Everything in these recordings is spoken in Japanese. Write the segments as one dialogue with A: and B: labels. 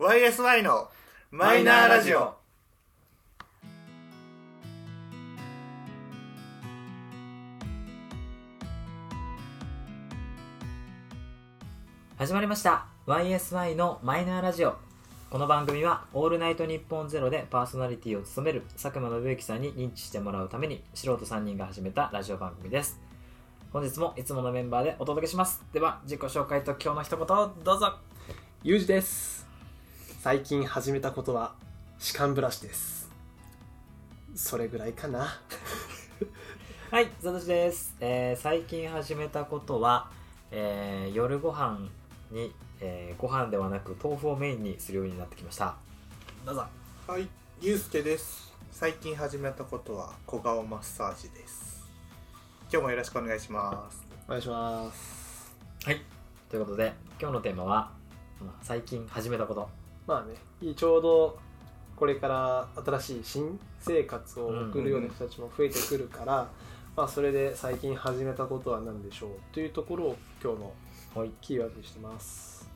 A: YSY のマイナーラジオ。
B: 始まりました YSY のマイナーラジオこの番組は「オールナイトニッポンゼロでパーソナリティを務める佐久間信之さんに認知してもらうために素人3人が始めたラジオ番組です本日もいつものメンバーでお届けしますでは自己紹介と今日の一言をどうぞ
C: ゆうじです最近始めたことは歯間ブラシですそれぐらいかな
B: はいザトシです、えー最近始めたことは、えー夜ご飯に、えーご飯ではなく豆腐をメインにするようになってきましたどうぞ
A: はい、ゆうすけです。最近始めたことは小顔マッサージです。今日もよろしくお願いします。
C: お願いします
B: はいということで今日のテーマはまあ最近始めたこと
C: まあねいいちょうどこれから新しい新生活を送るような人たちも増えてくるから、まあ、それで最近始めたことは何でしょうというところを今日の
B: はい
C: キーワードにしてます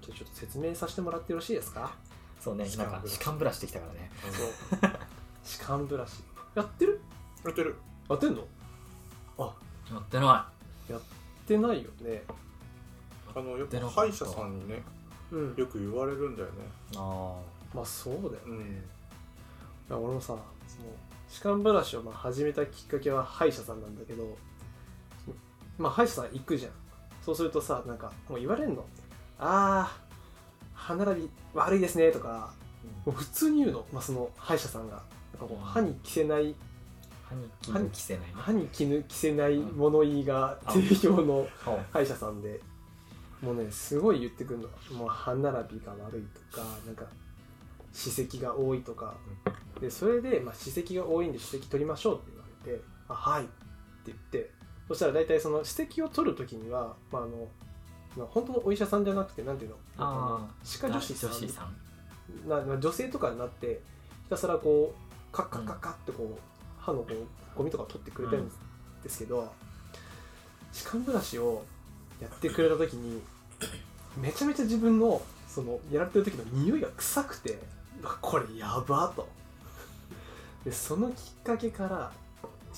C: じゃあちょっと説明させてもらってよろしいですか
B: そうね
A: 歯
B: なん
A: 間
B: か
A: ブラシ
B: 歯間ブラシできたからね
C: そう歯間ブラシやってる
A: やってる。
C: やってんのや
B: やってな
C: ってないよね
A: あの、よ
B: 出
A: く
B: なかった
A: 歯医者さんにね、
C: うん
A: よく言われるんだよね。
B: いあ
C: まあそうだよね
A: うん。
C: いや俺もさその歯間ブラシをまあ始めたきっかけは歯医者さんなんだけどそのまあ歯医者さん行くじゃんそうするとさなんかもう言われんの「あー歯並び悪いですね」とかもう普通に言うの、まあ、その歯医者さんがなんかもう歯に着せない
B: 歯に歯に着せない
C: 歯に着ぬ着せない物言いが定評の
B: おう
C: 歯医者さんでもうねすごい言ってくるのもう歯並びが悪いとかなんか歯石が多いとかでそれで、まあ、歯石が多いんで歯石取りましょうって言われて「あはい」って言ってそしたら大体その歯石を取る時には、まあ、あのまあ本当のお医者さんじゃなくてなんていうの
B: あ
C: 歯科女子さん
B: 女子さん
C: なまあ女性とかになってひたすらこうカッカッカッカッってこう、歯のこうゴミとかを取ってくれたんですけど、歯間ブラシをやってくれた時にめちゃめちゃ自分のそのやられてる時の匂いが臭くてうわこれやばとでそのきっかけから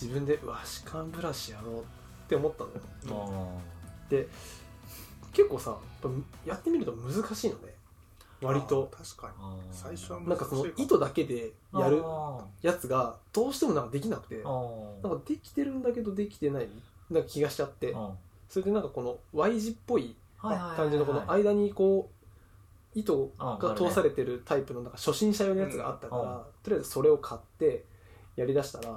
C: 自分でうわ歯間ブラシやろうって思ったのよ
B: あ
C: 結構さやっぱやってみると難しいのね割と
A: あー確かに。
B: あ
A: 最初は
C: なんかその糸だけでやる
B: あ
C: やつがどうしてもなんかできなくて
B: ー
C: な
B: あ
C: んかできてるんだけどできてないなんか気がしちゃってそれでなんかこの Y 字っぽい感じのこの間にこう糸が通されてるタイプのなんか初心者用のやつがあったか
B: うん
C: らとりあえずそれを買ってやりだしたらや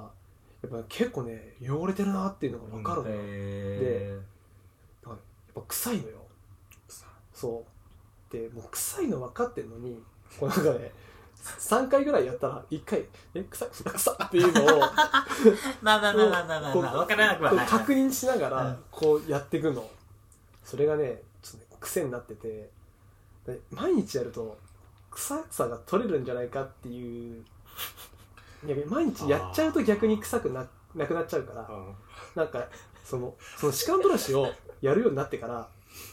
C: っぱ結構ね汚れてるなっていうのが分かるのよやっ
B: で
C: ぱ臭いのよそうでもう臭いの分かってんのにこうなんかね3回ぐらいやったら1回「え臭い臭い」っていうのを
B: まあまあまあまあまあまあ
C: こう
B: まあわからなくはない
C: 確認しなが
B: うん
C: らこうやっていくのそれがねちょっとね癖になっててで毎日やると臭さが取れるんじゃないかっていういや毎日やっちゃうと逆に臭くななくなっちゃうからなんかそのその歯間ブラシをやるようになってから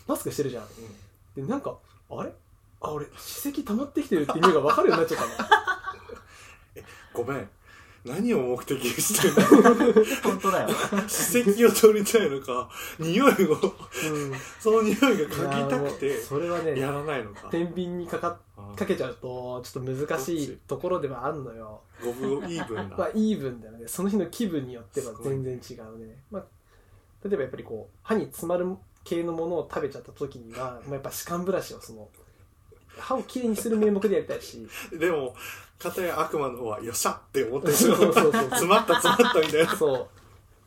C: マスクしてるじゃんでなんかあれあ俺歯石溜まってきてるって意味が分かるようになっちゃったの
A: ごめん。何を目的にしてるの
B: 本当だよ
A: 歯石を取りたいの か、匂いを、
C: うん
A: その匂いが嗅ぎたく
C: いや
A: て
C: もう、それはね
A: やらないのか。
C: 天秤にかかっ
A: あー
C: かけちゃうとちょっと難しいところではあるのよ
A: 五分をイ ーブン
C: まあ
A: だ。
C: イーブンだよねその日の気分によっては全然違うね、まあ、例えばやっぱりこう歯に詰まる系のものを食べちゃった時に は、まあ、やっぱ歯間ブラシをその歯をきれいにする名目でやりたいし
A: でも、片や悪魔の方は、よっしゃって思ってし
C: そう
A: ま
C: そう
A: う。
C: そう
A: 詰まった詰まったみたいな。
C: そ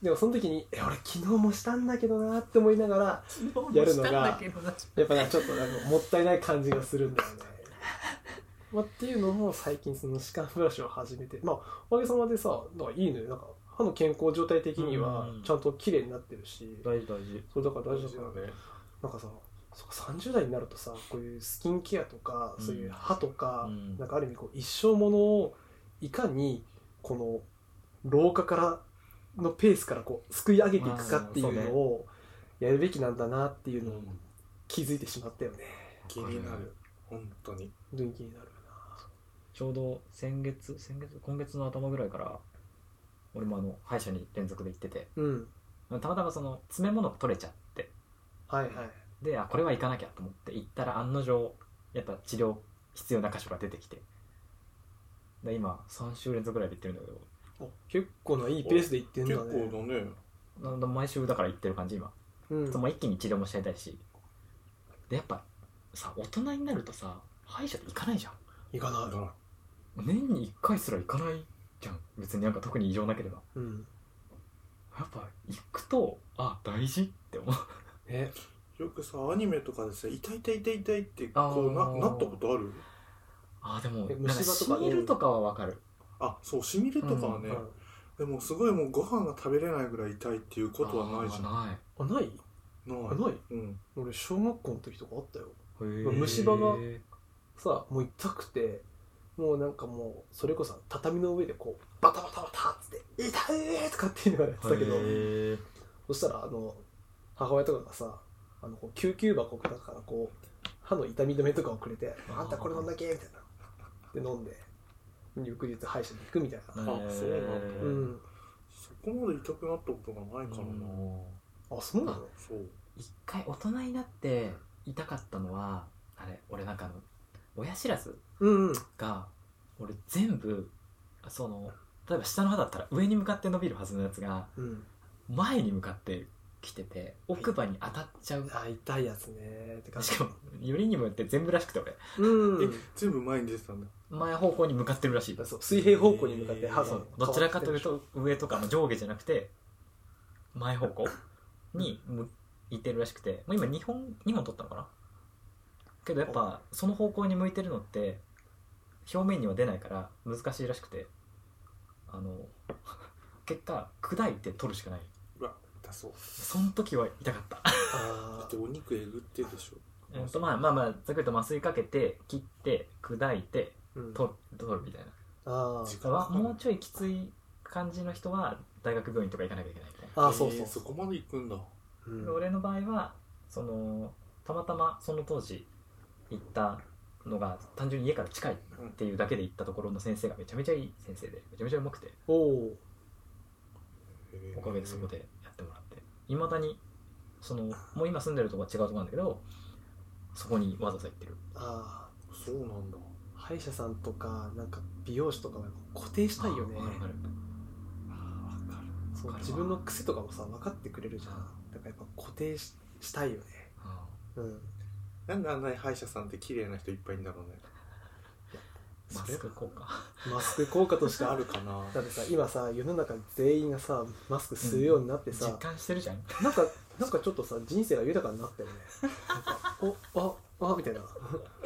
C: うでもその時に「え俺昨日もしたんだけどな」って思いながらやるのがやっぱねちょっとなんかもったいない感じがするんだよね。まあ、っていうのも最近その歯間ブラシを始めてまあおかげさまでさなんかいいのよなんか歯の健康状態的には
B: うん
C: ちゃんと綺麗になってるし、
B: 大事大事
C: それだから大事だから、
A: ね。
C: なんかさそうか30代になるとさこういうスキンケアとか、
B: うん
C: そういう歯とか、
B: うん
C: なんかある意味こう一生ものをいかにこの老化からのペースからこうすくい上げていくかっていうのをやるべきなんだなっていうのを気づいてしまったよね。
A: 気になる。本当に
C: 本当に気になるな
B: ちょうど先月先月今月の頭ぐらいから俺もあの歯医者に連続で行ってて
C: うん
B: たまたまその詰め物が取れちゃって
C: はいはい
B: であこれは行かなきゃと思って行ったら案の定やっぱ治療必要な箇所が出てきてで今3週連続ぐらいで行ってるんだけど
C: お結構ないいペースでいってんだ
A: 結
C: ね
A: 構だね
B: なんだ毎週だから行ってる感じ今、
C: うん
B: その一気に治療もしちゃいたいしでやっぱさ大人になるとさ歯医者って行かないじゃん
C: 行かない
A: あ
B: 年に1回すら行かないじゃん別になんか特に異常なければ
C: うん
B: やっぱ行くとあ大事って思う
C: え
A: よくさアニメとかでさ「痛い痛い痛い痛い」って
B: あー
A: こうななったことある
B: あでも
C: え
B: なんか
C: 虫歯と
B: し
C: かね
B: みるとかはわかる
A: あそうしみるとかはね、
C: うん
A: でもすごいもうご飯が食べれないぐらい痛いっていうことはないじゃんな
B: あーない
C: あないあ
A: い
C: ない
A: うん
C: 俺小学校の時とかあったよ
B: へー
C: 虫歯がさもう痛くてもうなんかもうそれこそ畳の上でこうバタバタバタっつって「痛い!」とかって言いながらやってたけど
B: へー
C: そしたらあの母親とかがさあのこう救急箱からからこう歯の痛み止めとかをくれて「
B: あー
C: あんたこれ飲んだけ」みたいなで飲んで翌日歯医者に行くみたい
A: あ
C: な、
A: そうなんだ
C: う
A: うんそこまで痛くなったことがないからな、
C: あそうなの
A: そう
B: 一回大人になって痛かったのはあれ俺なんかあの親知らず
C: うんうん
B: が俺全部その例えば下の歯だったら上に向かって伸びるはずのやつが
C: うん
B: 前に向かってきてて奥歯に当たっちゃう、
C: あ痛いやつねって感じ
B: しかもよりにもよって全部らしくて俺
C: うん
A: え全部前に出てたんだ
B: 前方向に向かってるらしい
C: だそう水平方向に向かって歯
A: そ
C: の
A: う
B: どちらかというと上とかの上下じゃなくて前方向に向いてるらしくてもう今2本2本取ったのかなけどやっぱその方向に向いてるのって表面には出ないから難しいらしくてあの結果砕いて取るしかないう
A: わ痛そう
B: その時は痛かった
A: だ
C: あ
A: って
C: ー
A: お肉えぐってるでしょ
B: えっとまあまあまあざっくりと麻酔かけて切って砕いて
C: うん
B: 取る取るみたいな
C: あ
A: 時
C: ー
A: 間かかる
B: もうちょいきつい感じの人は大学病院とか行かなきゃいけないみたいな
C: あーそう
A: え
C: そう
A: ーそこまで行くんだ
C: うん
B: で俺の場合はそのたまたまその当時行ったのが単純に家から近いっていうだけで行ったところの先生がめちゃめちゃいい先生でめちゃめちゃうまくて
C: おお
B: おかげでそこでやってもらっていまだにそのもう今住んでるとこは違うとこなんだけどそこにわざわざ行ってる
C: あ
A: そうなんだ
C: ー歯医者さんとかなんか美容師とかは固定したいよね
B: あわかるわかる
A: あ分かる
C: そ
B: わかる
C: う
B: わ
C: 自分の癖とかもさ分かってくれるじゃんだからやっぱ固定ししたいよねうん
A: なんであんなに歯医者さんって綺麗な人いっぱいいんだろ うね
B: うんマスク効果
C: マスク効果としてて
A: あ
C: ある
A: るかな
C: だってさ今さ世の中全員がさマスクするようになって
B: 実
C: さ、
B: 感してるじゃん
C: なんかなんかちょっとさ人生が豊かになったよねなんかおああみたいな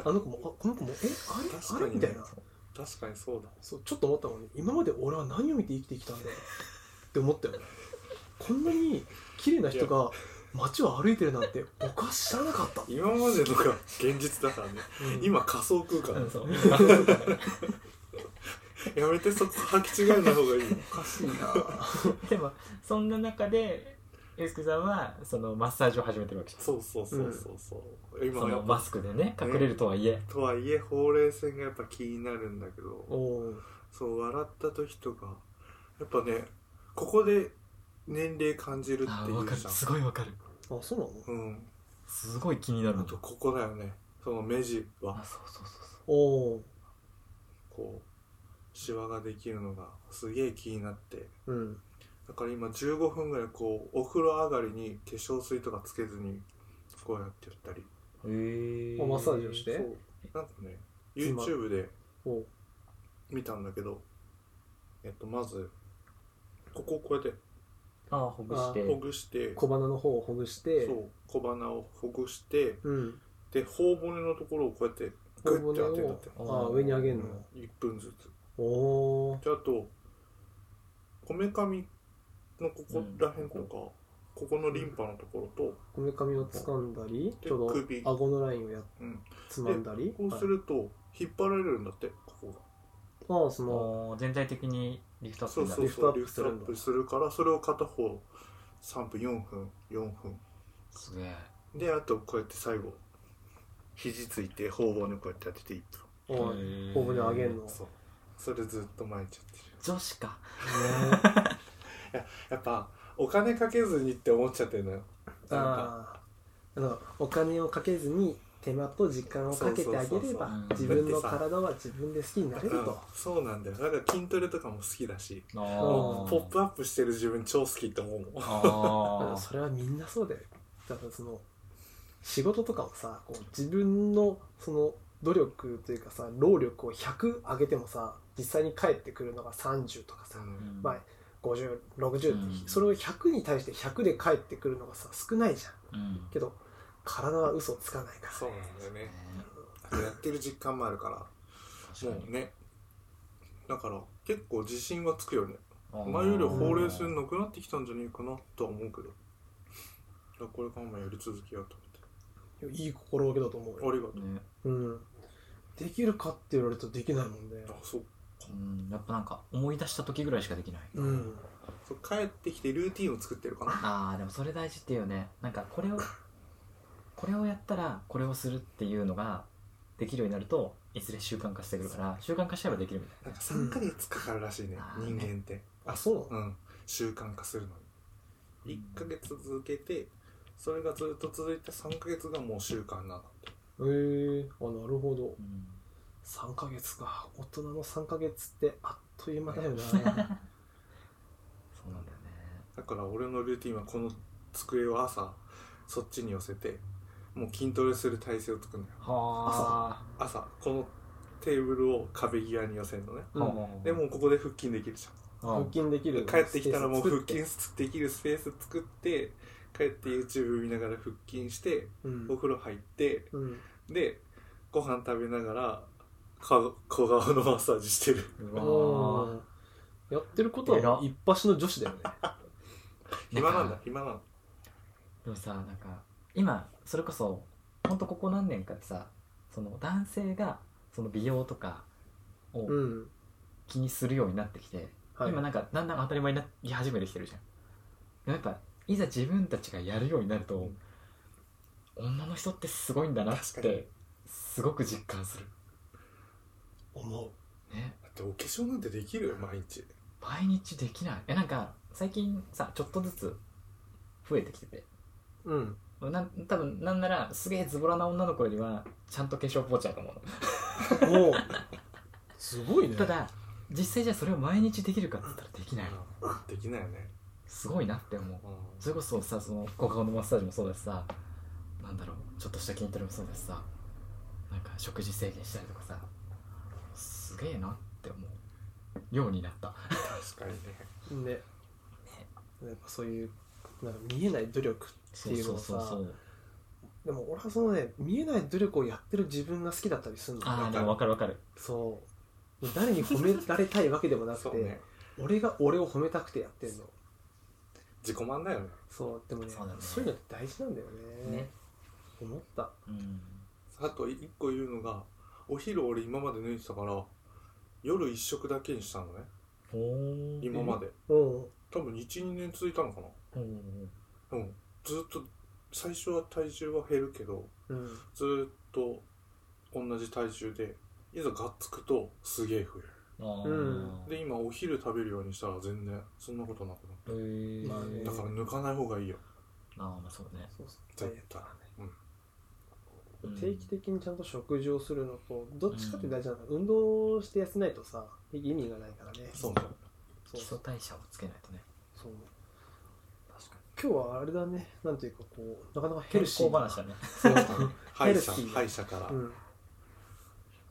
C: あの子もあこの子もえあ
A: 確
C: れ
A: か
C: あれ
A: にね
C: みたいな
A: 確かにそう だ
C: そうちょっと思ったもんね今まで俺は何を見て生きてきたんだよって思ったよねこんなに綺麗な人が街を歩いてるなんて僕は知らなかった、
A: 今までのが現実だからね
C: うん
A: 今仮想空間
B: うん そう
A: やめてそこ履き違えない方がいい よ
C: おかしいな
B: でもそんな中でユースケさんはそのマッサージを始めてるわけじゃん
A: そうそうそうそうそう、今
B: そ
A: や
B: の
A: っぱ
B: マスクでね隠れるとはいえ、
A: とはいえほうれい線がやっぱ気になるんだけど
C: おう
A: そう笑った時とかやっぱねここで年齢感じる
B: あ
A: って
B: ー
A: い
B: わ
A: う
B: かる
A: じゃん
B: すごいわかる
C: あそうなの
A: うん
B: すごい気になる
A: あ
B: の
A: とここだよねその目地は
B: あそうそうそうそ
C: おお
A: こうシワができるのがすげえ気になって
C: ううん
A: だから今15分ぐらいこうお風呂上がりに化粧水とかつけずにこうやってやったり
B: うへ
C: あマッサージをして
A: そうなんかね YouTube で
C: おう
A: 見たんだけどえっとまずここをこうやって
B: あーほぐして
A: ほぐして
C: 小鼻の方をほぐして
A: そう小鼻をほぐして
C: うん
A: で頬骨のところをこうやってグッて当てたって
C: あー上に上げるの
A: 1分ずつ
C: おお
A: であとこめかみのここら辺とか、
B: うん
A: ここのリンパのところと、
C: こめかみを掴んだり
A: で
C: ちょう
A: 首
C: ど顎のラインをや
A: うん、
C: つまんだり
A: こうすると引っ張られるんだってここ
C: はいああその
B: もう全体的にリフトア
A: が
B: ッ
A: そ
B: プ
A: う
B: にな
A: そ
B: る
A: うそう
C: リ
A: リ
C: フ
A: フ
C: ト
A: ト
C: ア
A: ア
C: ッ
A: ッ
C: プ
A: プするからそれを片方3分4分4分
B: すげえ
A: であとこうやって最後肘ついて頬骨こうやって当てて1
C: おい頬骨上げんの
A: 分そうそれずっと巻いちゃってる
B: 女子か
A: やっぱお金かけずにって思っちゃってるのよなんか
C: あーあのお金をかけずに手間と時間をかけてあ
A: そ
C: げ
A: うそう
C: れ
A: そう
C: ば
B: うん
C: 自分の体は自分で好きになれる
A: うん
C: と
A: そうなんだよだから筋トレとかも好きだし
B: あ
A: ポ
B: ー
A: ップアップしてる自分超好きって思うもん
C: うん
B: あ
C: それはみんなそうだよだからその仕事とかをさこう自分のその努力というかさ労力を100上げてもさ実際に返ってくるのが30とかさ
B: ー
C: まあ5060って、
B: うん
C: それを100に対して100で返ってくるのがさ少ないじゃん
B: うん
C: けど体は嘘つかないから
A: そうなんだよねやってる実感もあるから
B: 確か
A: もう
B: に
A: ねだから結構自信はつくよね
B: あー
A: 前よりは法令数なくなってきたんじゃねえかなとは思うけどだからこれからもやり続けようと
C: いい心がけだと思うよ
A: 思ってありがとう
B: ね
C: うん、できるかって言われるとできないもんね
A: あそう
B: うんやっぱなんか思い出した時ぐらいしかできない
C: うん
A: そう帰ってきてルーティンを作ってるかな
B: ああでもそれ大事っていうねなんかこれをこれをやったらこれをするっていうのができるようになるといずれ習慣化してくるから習慣化しちゃえばできるみた
A: な
B: い
A: んか3ヶ月かかるらしいね、
B: うん
A: 人間って
C: あそうなの
A: うん習慣化するのに1ヶ月続けてそれがずっと続いて3ヶ月がもう習慣なんだって
C: へえあなるほど
B: な、
C: 3ヶ月か大人の3ヶ月ってあっという間だ よね
B: そうなんだよね
A: だから俺のルーティンはこの机を朝そっちに寄せてもう筋トレする体勢を作るのよ
B: はあ
A: 朝このテーブルを壁際に寄せるのね
C: うん
A: でもうここで腹筋できるじゃん
C: 腹筋できる
A: 帰ってきたらもう腹
C: スペ
A: 筋
C: ース
A: できるスペース作って帰って YouTube 見ながら腹筋して
C: 作
A: お
C: って
A: 風呂入って
C: うん、うん、
A: でご飯食べながら顔小顔のマッサージして る
B: う
C: あ
B: わ
C: ーやってることは一発の女子だよね
A: 暇なん
B: な
A: だ
B: んか
A: 暇なんだ
B: でもさなんか今それこそほんとここ何年かでさその男性がその美容とかを
C: うん
B: 気にするようになってきて、
C: はい
B: 今なんかだんだん当たり前になり始めてきてるじゃんでもやっぱいざ自分たちがやるようになると女の人ってすごいんだなっ
A: 確かに
B: てすごく実感する
C: 思
B: ね
A: だってお化粧なんてできるよ毎日
B: 毎日できないえなんか最近さちょっとずつ増えてきてて
C: ううん
B: なん多分なんならすげえズボラな女の子よりはちゃんと化粧ポーチだと思うの
C: もうすごいね
B: ただ実際じゃあそれを毎日できるかって言ったらできない
A: できないよね
B: すごいなって思う
A: うん
B: それこそさその股間のマッサージもそうだしさなんだろうちょっとした筋トレもそうだしさなんか食事制限したりとかさすげえなって思うようになった
A: 確かにね
C: ねやっぱそういうなんか見えない努力っていうのをさ
B: う
C: でも俺はそのね見えない努力をやってる自分が好きだったりするの
B: ああでも分かる分かる
C: そう誰に褒められたいわけでもな く
A: そ
C: て、
A: うね
C: 俺が俺を褒めたくてやってるの
A: 自己満だよね
C: そうでもね
B: そ
C: そう
B: だ
C: う
B: ね
C: いうのって大事なんだよね
B: ね
C: 思った
B: うん
A: あと一個言うのがお昼俺今まで抜いてたから夜一食だけにしたのね
B: ほー
A: 今まで
C: うん
A: 多分12年続いたのか
B: ほー
A: なうんずっと最初は体重は減るけど
C: うん
A: ずーっと同じ体重でいざがっつくとすげえ増える
B: あー
C: うん
A: で今お昼食べるようにしたら全然そんなことなくなっ
B: へー
C: まあね
A: ただから抜かない方がいいよ
B: ああまあそうね
C: そうそうダイエッ
A: 絶
C: ト
A: 対
C: はね
A: うん
B: うん
C: 定期的にちゃんと食事をするのとどっちかって大事なの、運動して痩せないとさ意味がないからね
A: そう
C: そ
B: 基
C: うそ
B: 礎
C: う
B: 代謝をつけないとね確かに
C: 今日はあれだねなんていうかこうなかなかヘ
B: 健
C: ルシー
B: 康
C: な
B: 話だね
C: そう
A: 歯医者
C: ヘルシー
A: 歯医者から、
C: うん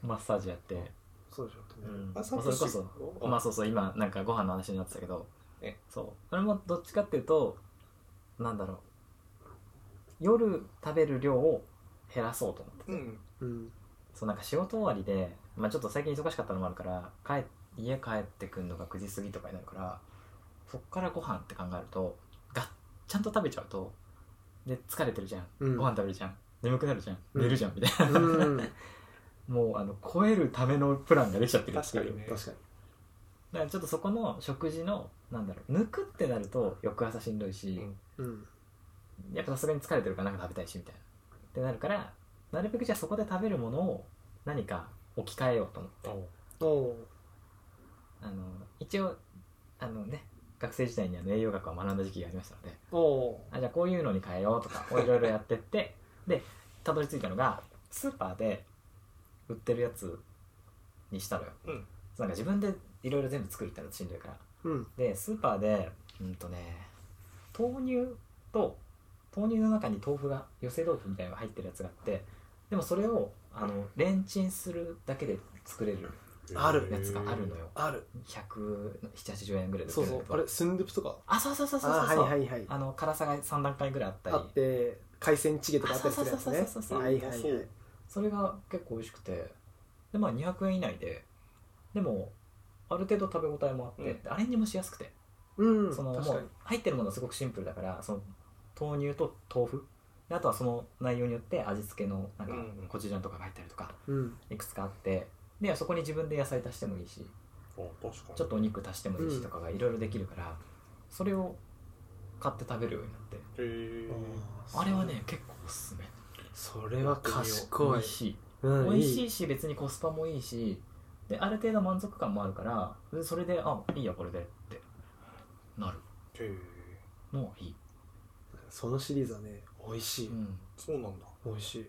B: マッサージやって
C: そうでしょうね、
A: あ
B: そ
A: サ
B: れ
A: ト
B: こ
A: シ
B: そまあそうそう今なんかご飯の話になってたけど
A: え
B: そうそれもどっちかっていうとなんだろう夜食べる量を減らそうと思ってて、
A: うん
C: うん
B: そうなんか仕事終わりで、まあ、ちょっと最近忙しかったのもあるから帰家帰ってくるのが9時過ぎとかになるからそっからご飯って考えるとがちゃんと食べちゃうとで疲れてるじゃん、
C: うん
B: ご飯食べるじゃん眠くなるじゃん
C: うん
B: 寝るじゃんみたいな、
C: うん
B: もうあの超えるためのプランができちゃってるって
A: 確
B: い
A: かに
B: う
A: ね
C: 確かに
B: だからちょっとそこの食事のなんだろう抜くってなると翌朝しんどいし、
A: うん
C: うん
B: やっぱさすがに疲れてるからなんか食べたいしみたいなってなるからなるべくじゃあそこで食べるものを何か置き換えようと思って
C: おお
B: あの一応あのね学生時代にあの栄養学を学んだ時期がありましたので
C: おお
B: あじゃあこういうのに変えようとかをいろいろやってって でたどり着いたのがスーパーで売ってるやつにしたのよ、
A: うん
B: なんか自分でいろいろ全部作るってのはしんどいから
C: うん
B: でスーパーでうんとね豆乳と豆乳の中に豆腐が寄せ豆腐みたいなのが入ってるやつがあってでもそれをあのレンチンするだけで作れる
C: ある
B: やつがあるのよ
C: ある
B: 170円ぐらいで
C: そう
B: 売ってる
C: そ
B: んだ
C: う
B: けど
C: あれスンドゥブとか
B: あそうそうそうそうそう
C: あーはいはいはい
B: あの辛さが3段階ぐらいあったり
C: あって海鮮チゲとかあったりするやつ
B: あ
C: ね
B: そうそうそうそうそう
C: はいはいはい
A: そう
B: それが結構美味しくてでまあ200円以内ででもある程度食べ応えもあって、
A: う
B: アレンジもしやすくて、
C: うん
B: その
C: 確
B: も
C: か
B: う
C: に
B: 入ってるものはすごくシンプルだからその豆乳と豆腐であとはその内容によって味付けのなんか
A: うんうん
B: コチュジャンとかが入ったりとか
C: うん
B: いくつかあってでそこに自分で野菜足してもいいし
A: あ確かに
B: ちょっとお肉足してもいいし
C: うん
B: とかがいろいろできるから、それを買って食べるようになって
A: へー
B: あれはね結構おすすめ
C: それは
B: 美
C: 賢い
B: 味しい
C: うん
B: 美味し
C: い
B: いし別にコスパもいいしである程度満足感もあるからでそれであいいやこれでってなる
A: へー
B: のはいい、
C: そのシリーズはね美味しい
B: うん、
A: そうなんだ
C: 美味しい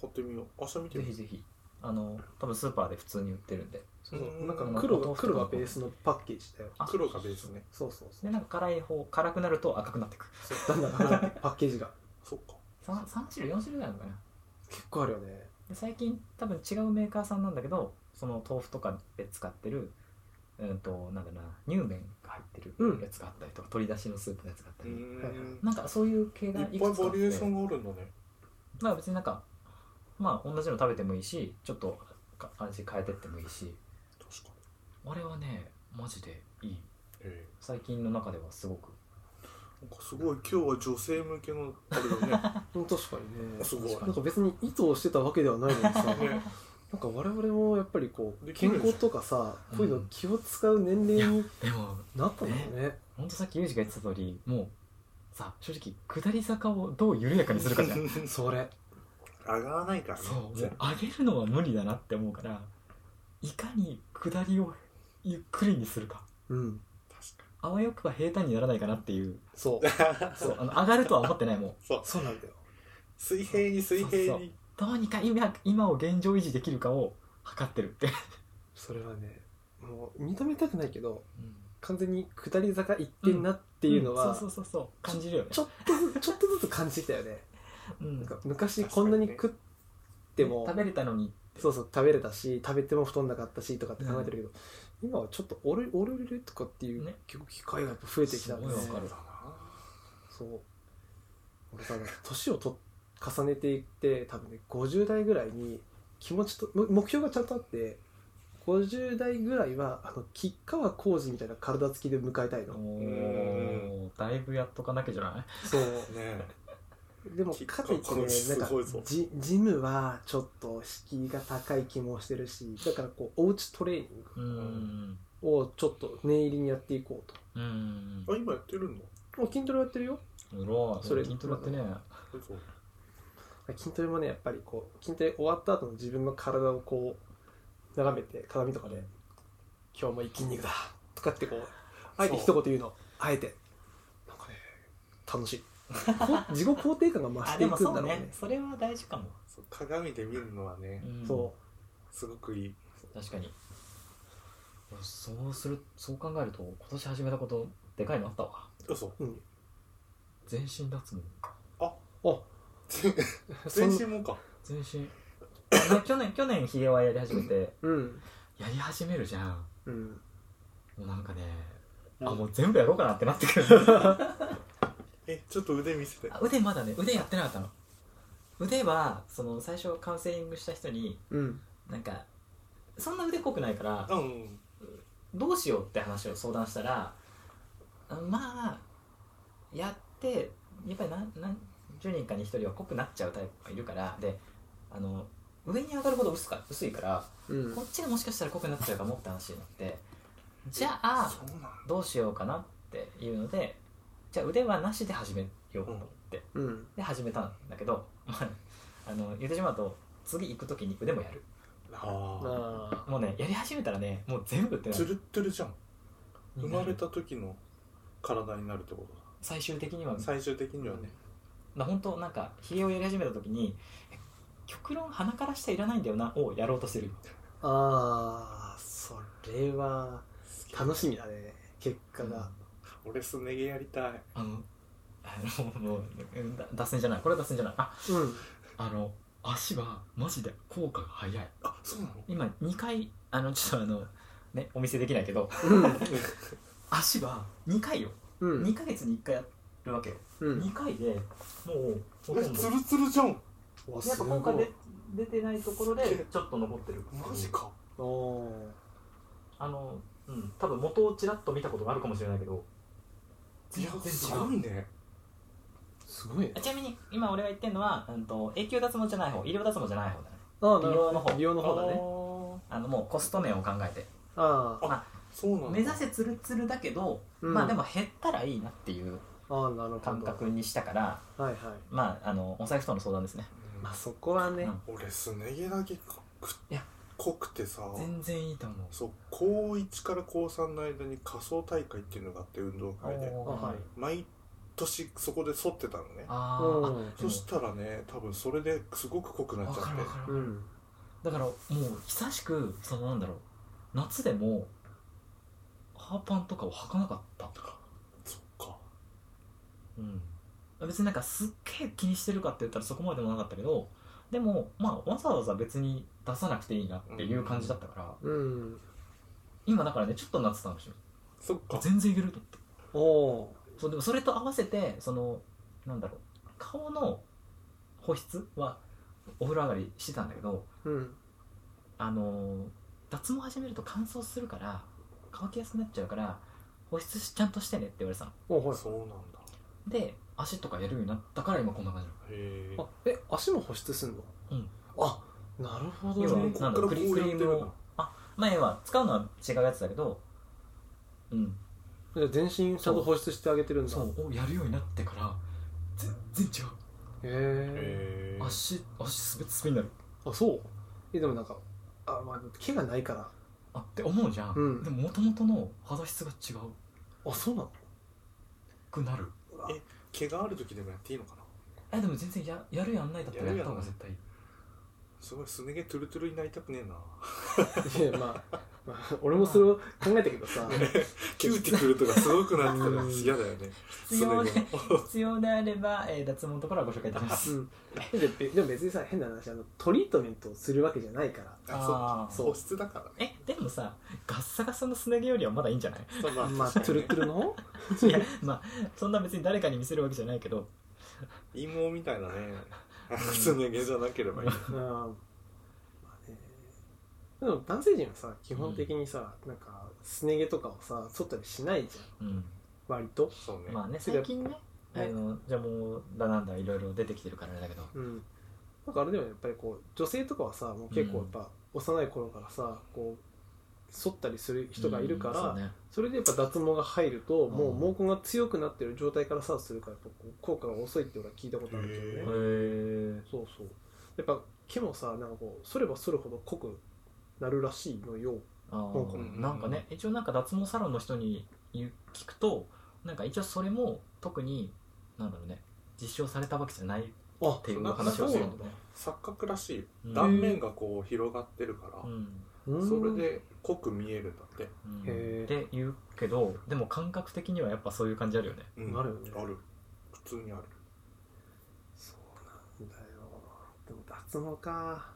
A: 買ってみよう明日見てみ
B: ぜひ
A: よ
B: ぜひあの多分スーパーで普通に売ってるんで
C: そう
A: う
C: そうんなんか
B: うん
C: 黒
B: お豆
C: が
B: 腐
C: 黒
B: とか
C: がベースのパッケージだよ
B: あ
A: う黒がベースね
C: そうそうそ
B: で
C: う
B: なんか辛い方辛くなると赤くなってくる
C: だんだん上がってくパッケージが
A: そっか
B: 3, 三種類4種類なのかな
C: 結構あるよね
B: で最近多分違うメーカーさんなんだけどその豆腐とかで使ってるうんとなんだろうな乳麺が入って
C: うん
B: るやつがあったりとか、鶏だしのスープのやつがあった
A: うー
B: り、
A: ん
B: なんかそういう系が
A: い
B: い
A: っぱい
B: くつかあ
A: バ
B: って
A: リエーションがあるんだね
B: まあ別になんかまあ同じの食べてもいいしちょっとか味変えてってもいいし
A: 確か
B: あれはねマジでいい
A: にへ
B: 最近の中ではすごく
A: ーなんかすごい今日は女性向けのあれだね
C: うん確かにね
A: すごい
C: なんか別に意図をしてたわけではないのにさ
A: ね
C: なんか我々もやっぱりこう
A: でき
C: 健
A: るでしょ
C: 康とかさ
B: うん
C: こういうの気を使う年齢に
B: でも
C: なったんだろうね
B: ほんとさっきユージが言ってた通りもうさ正直下り坂をどう緩やかにするかじ ゃん
C: それ
A: 上がらないからね
B: そうもう上げるのは無理だなって思うからいかに下りをゆっくりにするか
C: うん
A: 確か
B: あわよくば平坦にならないかなっていう
C: そう
B: そうあの上がるとは思ってないもう
A: にそう
C: そうなんだよ
A: 水平に水平に
B: どうにか今今を現状維持できるかを測ってるって、
C: それはねもう認めたくないけど完全に下り坂行ってんなっていうの
B: ん
C: は
B: そうそうそうそう感じるよね
C: ちょっとずつちょっとずつ感じてきたよね
B: うん
C: なんか昔こんなに食っても
B: 食べれたのに
C: そうそう食べれたし食べても太んなかったしとかって考えてるけど、今はちょっと俺俺れるとかっていう、
B: ね
C: 結構機会がやっぱ増えてきたんです
B: ごいわかる
A: だな
C: そう俺さ年をと重ねていって多分ね50代ぐらいに気持ちとむ目標がちゃんとあって50代ぐらいはあの吉川浩司みたいな体つきで迎えたいの、
B: お
A: ん
B: ーだいぶやっとかなきゃじゃない
C: そう
A: ね
C: でも
A: 吉
C: か
A: 川
C: といってね
A: 浩司
C: なんか
A: すごいぞ
C: ジジムはちょっと敷居が高い気もしてるしだからこうおうちトレーニング
B: うん
C: をちょっと念入りにやっていこうと
B: うん
A: あ今やってるの
C: もう筋トレをやってるよ
B: うろ
C: そ
B: そ
C: れ
B: れ筋トレってね
A: そう
C: 筋トレもねやっぱりこう筋トレ終わった後の自分の体をこう眺めて鏡とかで「今日もいい筋肉だ」とかってこうあえて一言言うのあえてなんかね楽 しいこう自己肯定感が増していくんだろうね
B: それは大事かも
A: そう鏡で見るのはね
C: そ
A: すごくいい
B: 確かにそうするそう考えると今年始めたことでかいのあったわ
A: 嘘
C: う、うん、
B: 全身脱毛
C: あ
A: 全身もか
B: 全身あの去年去年ヒゲはやり始めて
C: うん
B: やり始めるじゃん
C: うん
B: もうなんかね
A: うん
B: あもう全部やろうかなってなってくる
A: えちょっと腕見せて
B: あ腕まだね腕やってなかったの腕はその最初カウンセリングした人に
C: うん
B: なんかそんな腕濃くないから
A: うん
B: どうしようって話を相談したらあまあやってやっぱり何何十人かに1人は濃くなっちゃうタイプがいるからであの上に上がるほど薄か薄いから
C: うん
B: こっちがもしかしたら濃くなっちゃうかもって話になってじゃあ
A: そうなんだ
B: どうしようかなっていうのでじゃあ腕はなしで始めようと思って、
C: うん
B: で始めたんだけどまああの言ってしまうと次行く時に腕もやる
A: あ
C: あ
B: もうねやり始めたらねもう全部ってな
A: つ
B: る
A: るってるじゃん生まれ
B: になる
A: た時の体になるってことだ
B: 最終的には
A: 最終的にはね
B: な本当なんかひげをやり始めた時にえ極論鼻から下いらないんだよなをやろうとしてる
C: ーあーそれは楽しみだね結果が、
A: 俺すね毛やりたい
B: あのあのもううんだ脱線じゃないこれは脱線じゃないあ
C: うん
B: あの足はマジで効果が早い
A: あそうなの
B: 今2回あのちょっとあのねお見せできないけど足は2回よ、
C: うん
B: 2ヶ月に1回やるわけよ、
C: うん
B: 2回でもうほと
A: え
B: んど
A: つるつるじゃん
C: うわ
B: やっぱ
C: す
B: 効果
C: ごい
B: で出てないところでちょっと残ってる
A: マジか
C: おー
B: あのうん多分元をちらっと見たことがあるかもしれないけど
A: い
B: 全
A: や
B: 然違
A: す
B: う
A: ごいね
C: すごいね
B: あちなみに今俺が言ってるのは、うん、と永久脱毛じゃない方医療脱毛じゃない方だね
C: ああ
B: 美容の方
C: 美容の方だね
A: ね
B: あのもうコスト面を考えて
C: あー
A: そうなんだ
B: 目指せツルツルだけど、
C: うん
B: まあでも減ったらいいなっていう
C: あーなるほど
B: 感覚にしたから
C: はいはい
B: まああのお財布との相談ですね
C: まあそこはね、
B: うん
A: 俺すね毛だけかく
B: いや
A: 濃くてさ
B: 全然いいと思う
A: そう高1から高3の間に仮想大会っていうのがあって運動会で
B: おー
C: あはい
A: 毎年そこで剃ってたのね
B: あ
C: う
B: ーあ
C: ん
A: そしたらね多分それですごく濃くなっ
B: 分
A: ちゃっ
B: か
A: て
B: る分か
C: う
B: る、
C: ん
B: だからもう久しくそのなんだろう夏でもハーパンとかを履かなかった
A: そっか
B: うん、別になんかすっげえ気にしてるかって言ったらそこまでもなかったけどでもまあわざわざ別に出さなくていいなっていう感じだったから、
C: うん
B: 今だからねちょっとなってたんですよ
A: そっか
B: 全然いけると思って
C: おお
B: そうでもそれと合わせてそのなんだろう顔の保湿はお風呂上がりしてたんだけど
C: ーうん
B: あのー脱毛始めると乾燥するから乾きやすくなっちゃうから保湿しちゃんとしてねって言われてたの
C: おーはい
A: そうなんだ
B: で足とかやるようになったから今こんな感じなの
A: へえ
C: あえ足も保湿すんの
B: うん
C: あなるほ
B: 要
C: ど
B: は
C: ね
B: なんだろうクリクリーム
A: な
B: をあ前は使うのは違うやつだけどうん
C: じゃあ全身ちゃんと保湿してあげてるんだ
B: そ
C: へ
B: うをやるようになってから全然違
A: へ
C: え
A: え
B: う足足すべすべになる
C: あそうえでもなんかあまあ毛がないから
B: あって思うじゃん、
C: うん
B: でももともとの肌質が違う
C: あそうなの
B: くなる
A: え毛がある時でもやっていいのかな
B: えでも全然ややるやんないだったら
A: や
B: や
A: る
B: った
A: やんな
B: 方が
A: い
B: 絶対いい
A: すごいすね毛トゥルトゥルになりたくね えない
C: やまあまあ俺もそれを考えたけ どさ
A: キューティクルとかすごくなってたら
C: うん
A: 嫌だよね
B: 必要です
A: ね毛
B: 必要であれば、えー脱毛のところはご紹介いたしま
C: う
B: す
C: ん、でべでも別にさ変な話あのトリートメントをするわけじゃないから
A: あ
B: あー
A: そう保湿だからね
B: えでもさガッサガサのすね毛よりはまだいいんじゃ ない
A: そうま
C: まあト
A: 確か
C: ゥ
A: に
C: ル
A: ね
C: トゥルの
B: いやまあそんな別に誰かに見せるわけじゃないけど
A: 陰謀みたいなね すね毛じゃなければいい
C: うんまあねでも男性陣はさ基本的にさ、なんかすね毛とかをさ外でしないじゃん
B: うん
C: 割と
A: そうね
B: まあね
C: それ
B: 最近ねあのじゃあもうだなんだいろいろ出てきてるからあれだけど
C: うんなんかあれでもやっぱりこう女性とかはさもう結構やっぱ幼い頃からさこう剃ったりする人がいるから、
B: うんそうね
C: それでやっぱ脱毛が入ると、も
B: うん
C: う毛根が強くなってる状態からスタートするからやっぱこう効果が遅いって俺は聞いたことあるけどね
A: へー
B: へえ
C: そうそうやっぱ毛もさなんかこう剃れば剃るほど濃くなるらしいのよ
B: あ
C: なんか
B: ーなんかね一応なんか脱毛サロンの人に言う聞くとなんか一応それも特になんだろうね実証されたわけじゃないっ
C: あ
B: ていう
A: な
B: 話をするんだね
A: 錯覚らしい
B: うん
A: 断面がこう広がってるから、
B: うん
C: うん
A: それで濃く見えるんだって、
B: うん
C: へ
B: っ
C: ー
B: て言うけどでも感覚的にはやっぱそういう感じあるよね
A: うん
C: なるよね
A: ある普通にある
C: そうなんだよでも脱毛か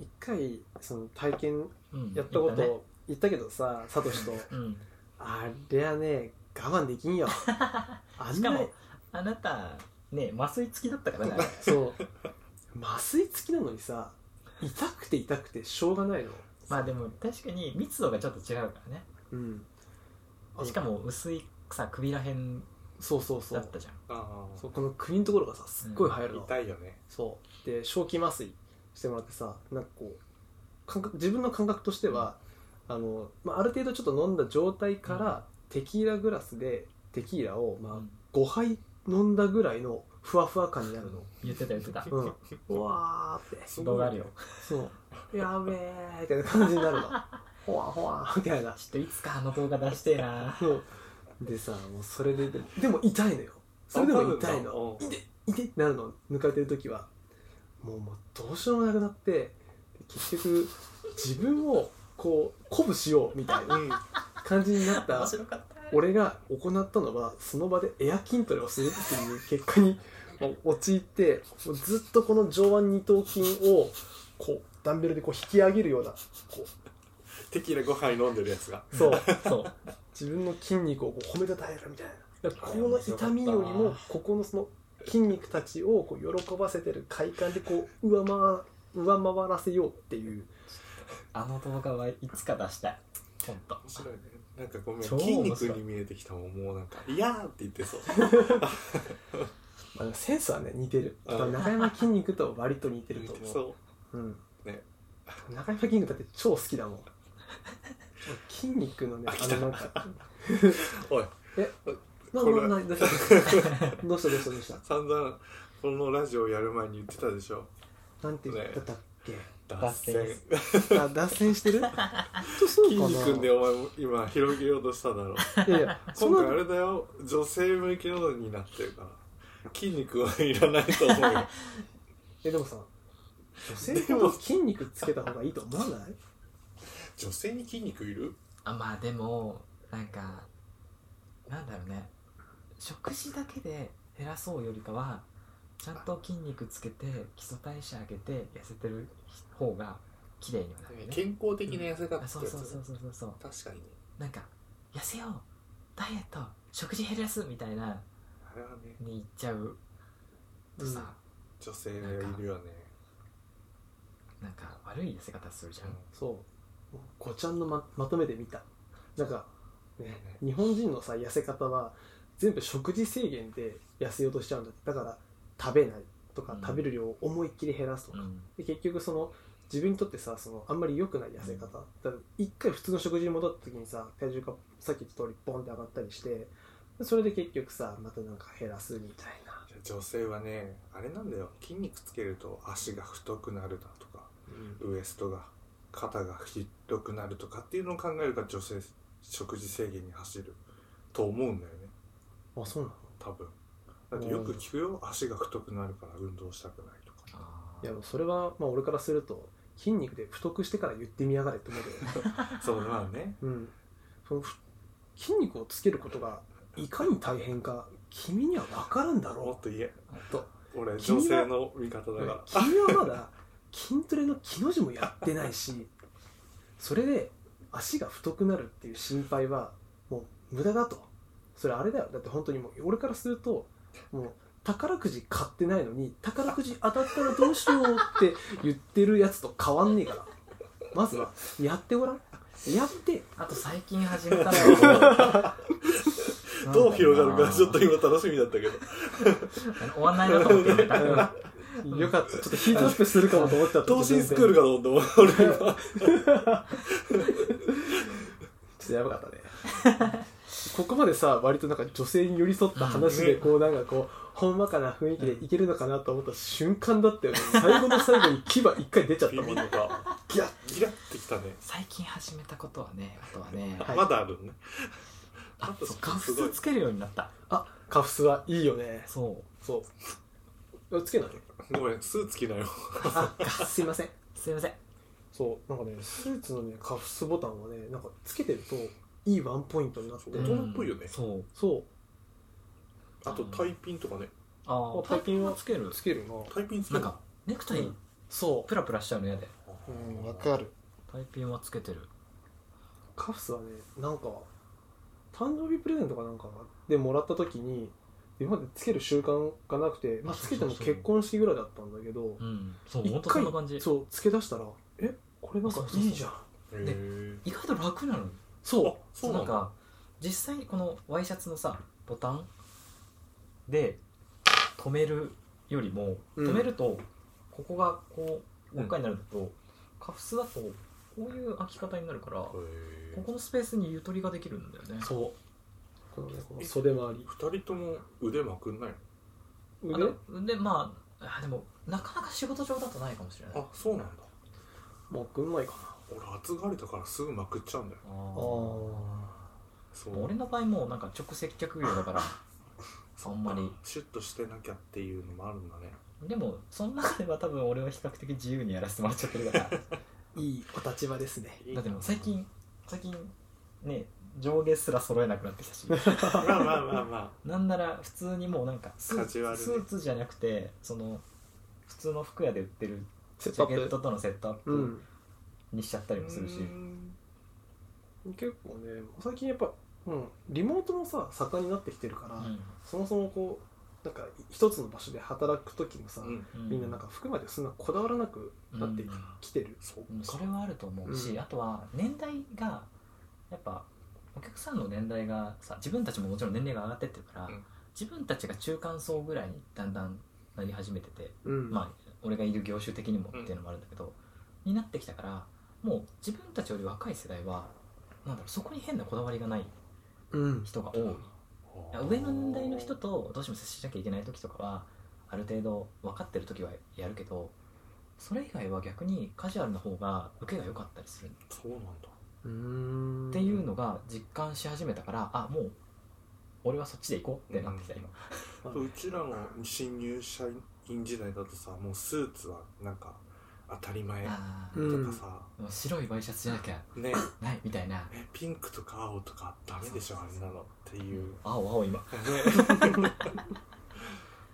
C: 一回その体験
B: うん
C: やったこ
B: ね
C: と言ったけどさサトシと
B: うん
C: あれはね我慢で きんよあん
B: しか
C: な
B: もあなたね麻酔付きだった からね
C: そう麻酔付きなのにさ痛くて痛くてしょうがないの
B: まあでも確かに密度がちょっと違うからね
C: うん
B: しかも薄いさ首らへん
C: そうそうそ
B: だっ
C: う
B: たじゃ
A: あ
C: そうこの首のところがさすっごい入るの、
A: あ痛いよね
C: そうで正気麻酔してもらってさなんかこう感覚自分の感覚としてはあの、まあ、ある程度ちょっと飲んだ状態から、テキーラグラスでテキーラを、
B: ん、
C: まあ、5杯飲んだぐらいのふわふわ感になるの
B: 言ってた言って た
C: うんうわーって
B: 動画あるよ
C: そうやべえみたいな感じになるのほわほわみたいな
B: ちょっといつかあの動画出してえな
C: そうでさもうそれででもでも痛いのよそれでも痛いの
A: 痛い
C: 痛いってなるの抜かれてる時はもうもうどうしようもなくなって結局自分をこう鼓舞しようみたいな
A: うん
C: 感じにな った
B: かった
C: 俺が行ったのはその場でエア筋トレをするっていう結果にまあ陥ってもうずっとこの上腕二頭筋をこうダンベルでこう引き上げるようなこ
A: テキーラ5杯飲んでるやつが
C: うそう
B: そう
C: 自分の筋肉をこう褒めたたえるみたいなだからこの痛みよりもここのその筋肉たちをこう喜ばせてる快感でこう上回上回らせようっていう
B: あの動画はいつか出したいほんと
A: 面白いねなんかごめん
B: 超
A: 筋
B: 面白
A: 肉
B: い
A: に見えてきたもんもうなんか「いやー」って言ってそう
C: まあでもセンスはね似てる
A: うん
C: 中山筋肉と割と似てる
A: 見
C: と
A: て
C: 思う
A: そう
C: うん
A: ね
C: 中山筋肉だって超好きだもん俺筋肉のね
A: 飽き
C: あ
A: た
C: のなんか
A: おい
C: な
A: これ
C: ななどうしたどうしたどうしたどうした
A: 散々このラジオやる前に言ってたでしょ
C: なんて言ったっけ、
A: 脱線
B: 脱
C: あ脱線してるほんとそう
A: 筋
C: かな
A: 肉でお前も今広げようとしただろ
C: いやいや そん
A: 今回あ
C: な
A: れだよ女性向けのになってるから筋肉はいらないと思う よ
C: えでもさ女性ほど筋肉つけた方がいいと思わない
A: 女性に筋肉いる
B: あまあでもなんかなんだろうね食事だけで減らそうよりかはちゃんと筋肉つけて基礎代謝上げて痩せてる方が綺麗にはなるよね
A: 健康的な痩せ方って
B: あ
A: やつ
B: そうそうそうそうそうそう
A: 確かにね
B: なんか痩せようダイエット食事減らすみたいな
A: あれはね
B: にいっちゃうとさ、
A: 女性がいるよね
B: なんか悪い痩せ方するじゃん、
C: そうごちゃんのままとめてみたなんか、ね、日本人のさ痩せ方は全部食事制限で痩せようとしちゃうんだってだから食べないとか、
B: うん
C: 食べる量を思いっきり減らすとか、
B: うん
C: で結局その自分にとってさそのあんまり良くない痩せ方だから一回普通の食事に戻った時にさ体重がさっき言った通りボンって上がったりしてでそれで結局さまたなんか減らすみたいな、
A: 女性はねあれなんだよ筋肉つけると足が太くなるだとかウエストが肩が太くなるとかっていうのを考えるから女性食事制限に走ると思うんだよね
C: あそうなの
A: 多分だってよく聞くよ足が太くなるから運動したくないとか
B: あ
C: いや
B: ー
C: もうそれは、まあ、俺からすると筋肉で太くしてから言ってみやがれって思うけど
A: そうまあね
C: うん、そのふ筋肉をつけることがいかに大変か君には分からんだ
A: も
C: ろ
A: っと言え
C: うと
A: 俺女性の味方だから
C: 君はまだ 筋トレの木の字もやってないしそれで足が太くなるっていう心配はもう無駄だとそれあれだよだって本当にもう俺からするともう宝くじ買ってないのに宝くじ当たったらどうしようって言ってるやつと変わんねえからまずはやってごらんやって
B: あと最近始めたのは
A: どう広がるかちょっと
B: 終
A: 今楽しみだったけど
B: わんないなと思ってやめた
C: うんよかった。ちょっとヒートアップするかもと思っちゃった。
A: 東進スクールかと思って俺今
C: ちょっとやばかったね。ここまでさ、割となんか女性に寄り添った話で、
A: うん
C: こうなんかこう、ほんわかな雰囲気でいけるのかなと思った瞬間だったよね。最後の最後に牙一回出ちゃった
A: ビ
C: も
A: ビ
C: んね。
A: ッかギラッギラッてきたね
B: 最近始めたことはねあとはね
C: はい
A: まだあるね
B: あ
A: と
B: そうカ
A: す
B: フ
A: ごい
B: スつけるようになった
C: あ、カフスはいいよね。
B: そう
C: そう。あつけない
A: ごめんスーツ着なよ
C: あ、すいません。
B: すいません
C: そう、なんかね、スーツのね、カフスボタンはね、なんかつけてると、いいワンポイントになって
A: そ。う大人っぽいよね
B: うんそう
C: そう、
A: あとタイピンとかね
B: ああ
C: あ最近は
B: タイピンつける
C: つけるな。
A: タイピンつけ
B: な
A: る
B: んかネクタ
C: う
B: イ
C: んそ
B: プラプラしちゃうの嫌で
C: う。うん、わかる。
B: タイピンはつけてる
C: カフスはねなんか誕生日プレゼントかなんかでもらった時に今までつける習慣がなくて、まあ、つけても結婚式ぐらいだったんだけど
B: うんそう
C: 一
B: 本当そんな感じ
C: そうつけ出したらえこれなんか
B: そうそうそう
C: いいじゃん
A: へー
B: 意外と楽なの
C: そう
A: あそう
B: な
A: なんんだ
B: か実際このワイシャツのさボタンで止めるよりも
C: うん
B: 止めるとここがこう輪っかになるのと、カフスだとこういう開き方になるからこ
A: へー
B: このスペースにゆとりができるんだよね
C: そうこのねこの袖周り
A: 二人とも腕まくんないの
B: あ
C: 腕
B: ででまああでもなかなか仕事上だとないかもしれない
A: あそうなんだ
C: 膜うまいかな
A: 俺厚がりだからすぐまくっちゃうんだよ
B: あ
C: あ
B: ー
C: あ
A: そう
B: 俺の場合もうなんか直接客業だから あんまり
A: シュッとしてなきゃっていうのもあるんだね
B: でもその中では多分俺は比較的自由にやらせてもらっちゃってるから
C: いいお立場ですね
A: いい
B: だってもう最近最近ね上下すら揃えなくなってきたし
A: まあまあまあま
B: なんなら普通にもうなんかスー
A: カジュアルね
B: スーツじゃなくてその普通の服屋で売ってる
C: セ
B: ジャケットとのセットアッ
C: う
B: プ
C: ん
B: にしちゃった
A: あ
B: りも するし、
A: うーん
C: 結構ね最近やっぱ、うん、リモートもさ盛んになってきてるから、
B: うん
C: そもそもこうなんか一つの場所で働く時もさ、
A: うん
B: う
C: みんななんか服までそんなこだわらなくなってきてる、
A: そ
B: うん
A: う
B: そ
A: か
B: れはあると思うし、
C: うん
B: あとは年代がやっぱお客さんの年代がさ自分たちももちろん年齢が上がってってるから、
A: うん
B: 自分たちが中間層ぐらいにだんだんなり始めてて、
C: うん
B: まあ俺がいる業種的にもっていうのもあるんだけど、になってきたからもう自分たちより若い世代はなんだろうそこに変なこだわりがない
C: うん
B: 人が多い上の年代の人とどうしても接しなきゃいけない時とかはある程度分かってる時はやるけどそれ以外は逆にカジュアルな方が受けが良かったりする
A: そうなんだ
C: うーん
B: っていうのが実感し始めたからあもう俺はそっちで行こうってなってきた今、
A: うちらの新入社員時代だとさもうスーツはなんか当たり前と
B: あ
C: う
B: ー
C: ん
A: かさ、
B: もう白いワイシャツじゃなきゃ
A: ね
B: ないみたいな
A: えピンクとか青とかダメでしょあれなのっていう、ね、
B: 青青今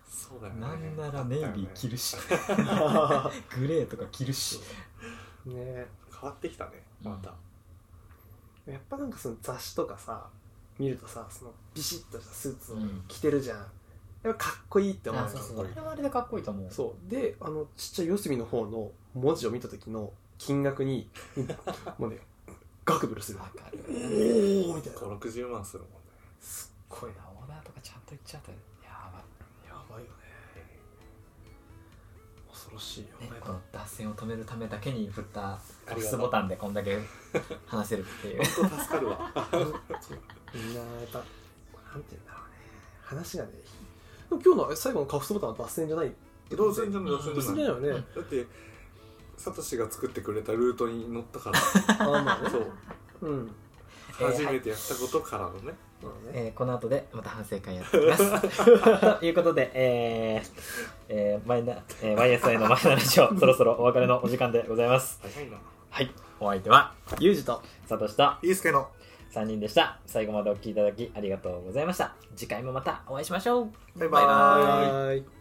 A: そうだよね
B: なんならネイビー着
A: る
B: るし
C: の
B: グレーとか着るし
C: ね
A: 変わってきたねまた、
C: やっぱなんかその雑誌とかさ見るとさそのビシッとしたスーツを
B: うん
C: 着てるじゃん、やっぱかっこいいって思う
B: あ
C: の
B: そう
C: そ
B: そう
A: かっこい
B: そ
A: い
B: れはあれでかっこいいと思う
C: うであのちっちゃい四隅の方の文字を見た時の金額にもうねガクブルする
B: わかる
C: おーみたいな
A: 560万するもんね
C: すっごいな
B: オーダーとかちゃんと言っちゃうとやば
C: やばいよね恐ろしいよ
B: ね
C: ね、
B: この脱線を止めるためだけに振った
A: ありがとう
B: オスボタンでこんだけ 話せるっていう
A: 本当助かるわ
C: みんなやっぱなんて言うんだろうね話がねでも今日の最後のカフスボタンは脱線じゃない
A: どうせんじゃないどうせん
C: 脱
A: じゃ
C: 線
A: ない
C: じゃないよね、
B: うん
A: だってサトシが作ってくれたルートに乗ったから
C: あまあね
A: そう
C: うん
A: 初めてやったことからのね、
C: まあね
B: えーこの後でまた反省会やってきます ということで、えーえーマイナえー、YSI のマイナラジ オそろそろお別れのお時間でございます
A: 早いな
B: はいお相手は
C: ユージと
B: サトシと
D: ゆうすけの
B: 3人でした最後までお聴きいただきありがとうございました次回もまたお会いしましょう
D: バイバーイ
C: バイバイ